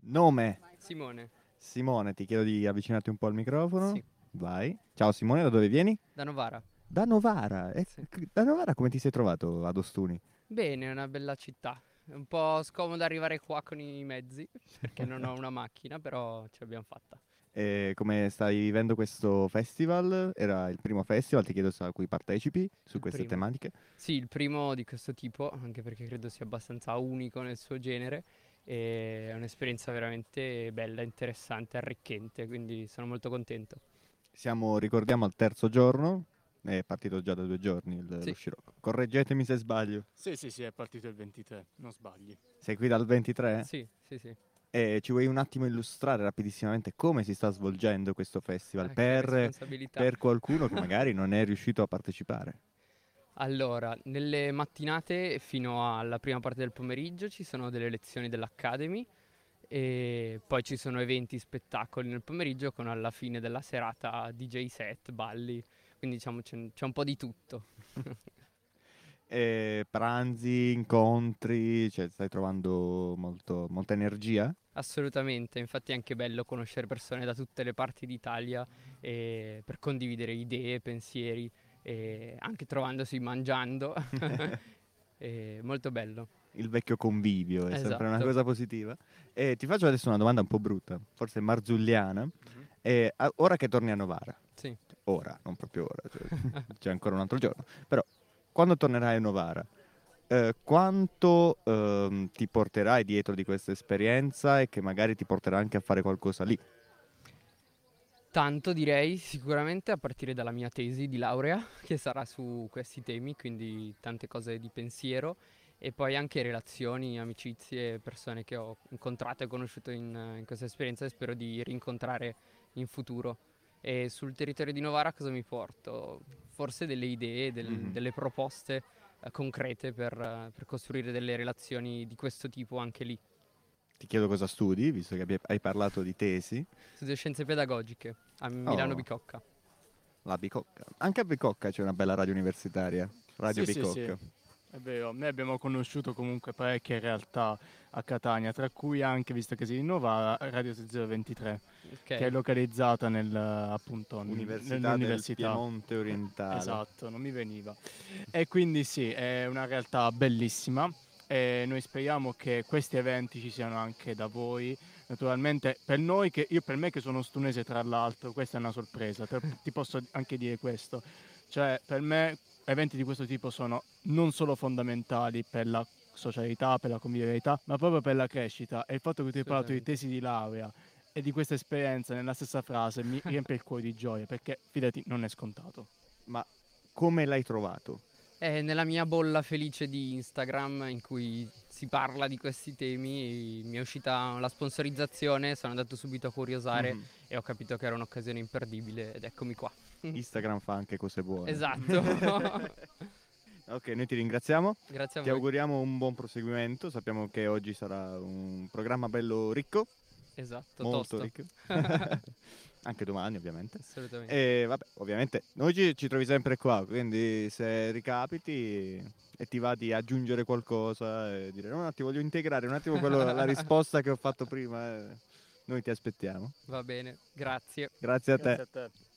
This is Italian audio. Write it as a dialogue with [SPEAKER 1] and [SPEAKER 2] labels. [SPEAKER 1] Nome?
[SPEAKER 2] Simone,
[SPEAKER 1] Simone, ti chiedo di avvicinarti un po' al microfono.
[SPEAKER 2] Sì.
[SPEAKER 1] Vai. Ciao Simone, da dove vieni?
[SPEAKER 2] da Novara.
[SPEAKER 1] Da Novara. Eh,
[SPEAKER 2] Sì.
[SPEAKER 1] c- Da Novara come ti sei trovato ad Ostuni?
[SPEAKER 2] Bene, è una bella città. È un po' scomodo arrivare qua con i mezzi, perché non ho una macchina, però ce l'abbiamo fatta.
[SPEAKER 1] E come stai vivendo questo festival? Era il primo festival, ti chiedo se- a cui partecipi su
[SPEAKER 2] Il
[SPEAKER 1] queste
[SPEAKER 2] primo.
[SPEAKER 1] tematiche.
[SPEAKER 2] Sì, il primo di questo tipo, anche perché credo sia abbastanza unico nel suo genere. E è un'esperienza veramente bella, interessante, arricchente, quindi sono molto contento.
[SPEAKER 1] Siamo, ricordiamo, al terzo giorno. È partito già da due giorni il,
[SPEAKER 2] Sì.
[SPEAKER 1] lo scirocco. Correggetemi se sbaglio.
[SPEAKER 3] Sì, sì, sì, è partito il 23, non sbagli.
[SPEAKER 1] Sei qui dal 23?
[SPEAKER 2] Sì, sì, sì.
[SPEAKER 1] E ci vuoi un attimo illustrare rapidissimamente come si sta svolgendo questo festival
[SPEAKER 2] Ah, che
[SPEAKER 1] per,
[SPEAKER 2] responsabilità.
[SPEAKER 1] per qualcuno che magari non è riuscito a partecipare?
[SPEAKER 2] Allora, nelle mattinate fino alla prima parte del pomeriggio ci sono delle lezioni dell'Academy e poi ci sono eventi, spettacoli nel pomeriggio con alla fine della serata DJ set, balli, quindi diciamo c'è, un- c'è un po' di tutto.
[SPEAKER 1] E pranzi, incontri, cioè stai trovando molto- molta energia?
[SPEAKER 2] Assolutamente, infatti è anche bello conoscere persone da tutte le parti d'Italia eh, per condividere idee, pensieri, e anche trovandosi mangiando. È molto bello.
[SPEAKER 1] Il vecchio convivio è sempre una
[SPEAKER 2] Esatto.
[SPEAKER 1] cosa positiva. E ti faccio adesso una domanda un po' brutta, forse marzulliana. E, a- ora che torni a Novara,
[SPEAKER 2] Sì.
[SPEAKER 1] ora, non proprio ora, cioè, c'è ancora un altro giorno, però quando tornerai a Novara, eh, quanto ehm, ti porterai dietro di questa esperienza e che magari ti porterà anche a fare qualcosa lì?
[SPEAKER 2] Tanto direi sicuramente a partire dalla mia tesi di laurea che sarà su questi temi, quindi tante cose di pensiero e poi anche relazioni, amicizie, persone che ho incontrato e conosciuto in, in questa esperienza e spero di rincontrare in futuro. E sul territorio di Novara cosa mi porto? Forse delle idee, del-
[SPEAKER 3] Mm-hmm.
[SPEAKER 1] Mhm.
[SPEAKER 2] delle proposte eh, concrete per, eh, per costruire delle relazioni di questo tipo anche lì.
[SPEAKER 1] Ti chiedo cosa studi, visto che abbia- hai parlato di tesi,
[SPEAKER 2] Studio scienze pedagogiche a Milano
[SPEAKER 3] Oh.
[SPEAKER 2] Bicocca.
[SPEAKER 1] la Bicocca. Anche a Bicocca c'è una bella radio universitaria, Radio
[SPEAKER 3] Sì, sì,
[SPEAKER 1] Bicocca.
[SPEAKER 3] sì. È vero, noi abbiamo conosciuto comunque parecchie realtà a Catania, tra cui anche, visto che si rinnova, Radio 023,
[SPEAKER 2] Ok.
[SPEAKER 3] che è localizzata nel, appunto, n-
[SPEAKER 1] Università del
[SPEAKER 3] nell'università.
[SPEAKER 1] Piemonte Orientale.
[SPEAKER 3] Esatto, non mi veniva. E quindi sì, è una realtà bellissima e noi speriamo che questi eventi ci siano anche da voi. Naturalmente per noi, che, io per me che sono stunese tra l'altro, questa è una sorpresa, te- ti posso anche dire questo. Cioè per me eventi di questo tipo sono non solo fondamentali per la socialità, per la convivialità, ma proprio per la crescita e il fatto che tu hai parlato di
[SPEAKER 2] Assolutamente.
[SPEAKER 3] tesi di laurea e di questa esperienza nella stessa frase mi riempie il cuore di gioia perché fidati non è scontato.
[SPEAKER 1] Ma come l'hai trovato?
[SPEAKER 2] È nella mia bolla felice di Instagram in cui si parla di questi temi, mi è uscita la sponsorizzazione, sono andato subito a curiosare
[SPEAKER 1] Mhm.
[SPEAKER 2] e ho capito che era un'occasione imperdibile ed eccomi qua.
[SPEAKER 1] Instagram fa anche cose buone.
[SPEAKER 2] Esatto.
[SPEAKER 1] Ok, noi ti ringraziamo.
[SPEAKER 2] Grazie a
[SPEAKER 1] Ti
[SPEAKER 2] voi.
[SPEAKER 1] auguriamo un buon proseguimento. Sappiamo che oggi sarà un programma bello ricco,
[SPEAKER 2] Esatto,
[SPEAKER 1] molto
[SPEAKER 2] tosto.
[SPEAKER 1] ricco. Anche domani, ovviamente.
[SPEAKER 2] Assolutamente.
[SPEAKER 1] E vabbè, ovviamente noi ci, ci trovi sempre qua, quindi se ricapiti e ti va di aggiungere qualcosa e dire no, no, ti voglio integrare un attimo quello- la risposta che ho fatto prima, eh, noi ti aspettiamo.
[SPEAKER 2] Va bene, grazie.
[SPEAKER 1] Grazie a te.
[SPEAKER 3] a te.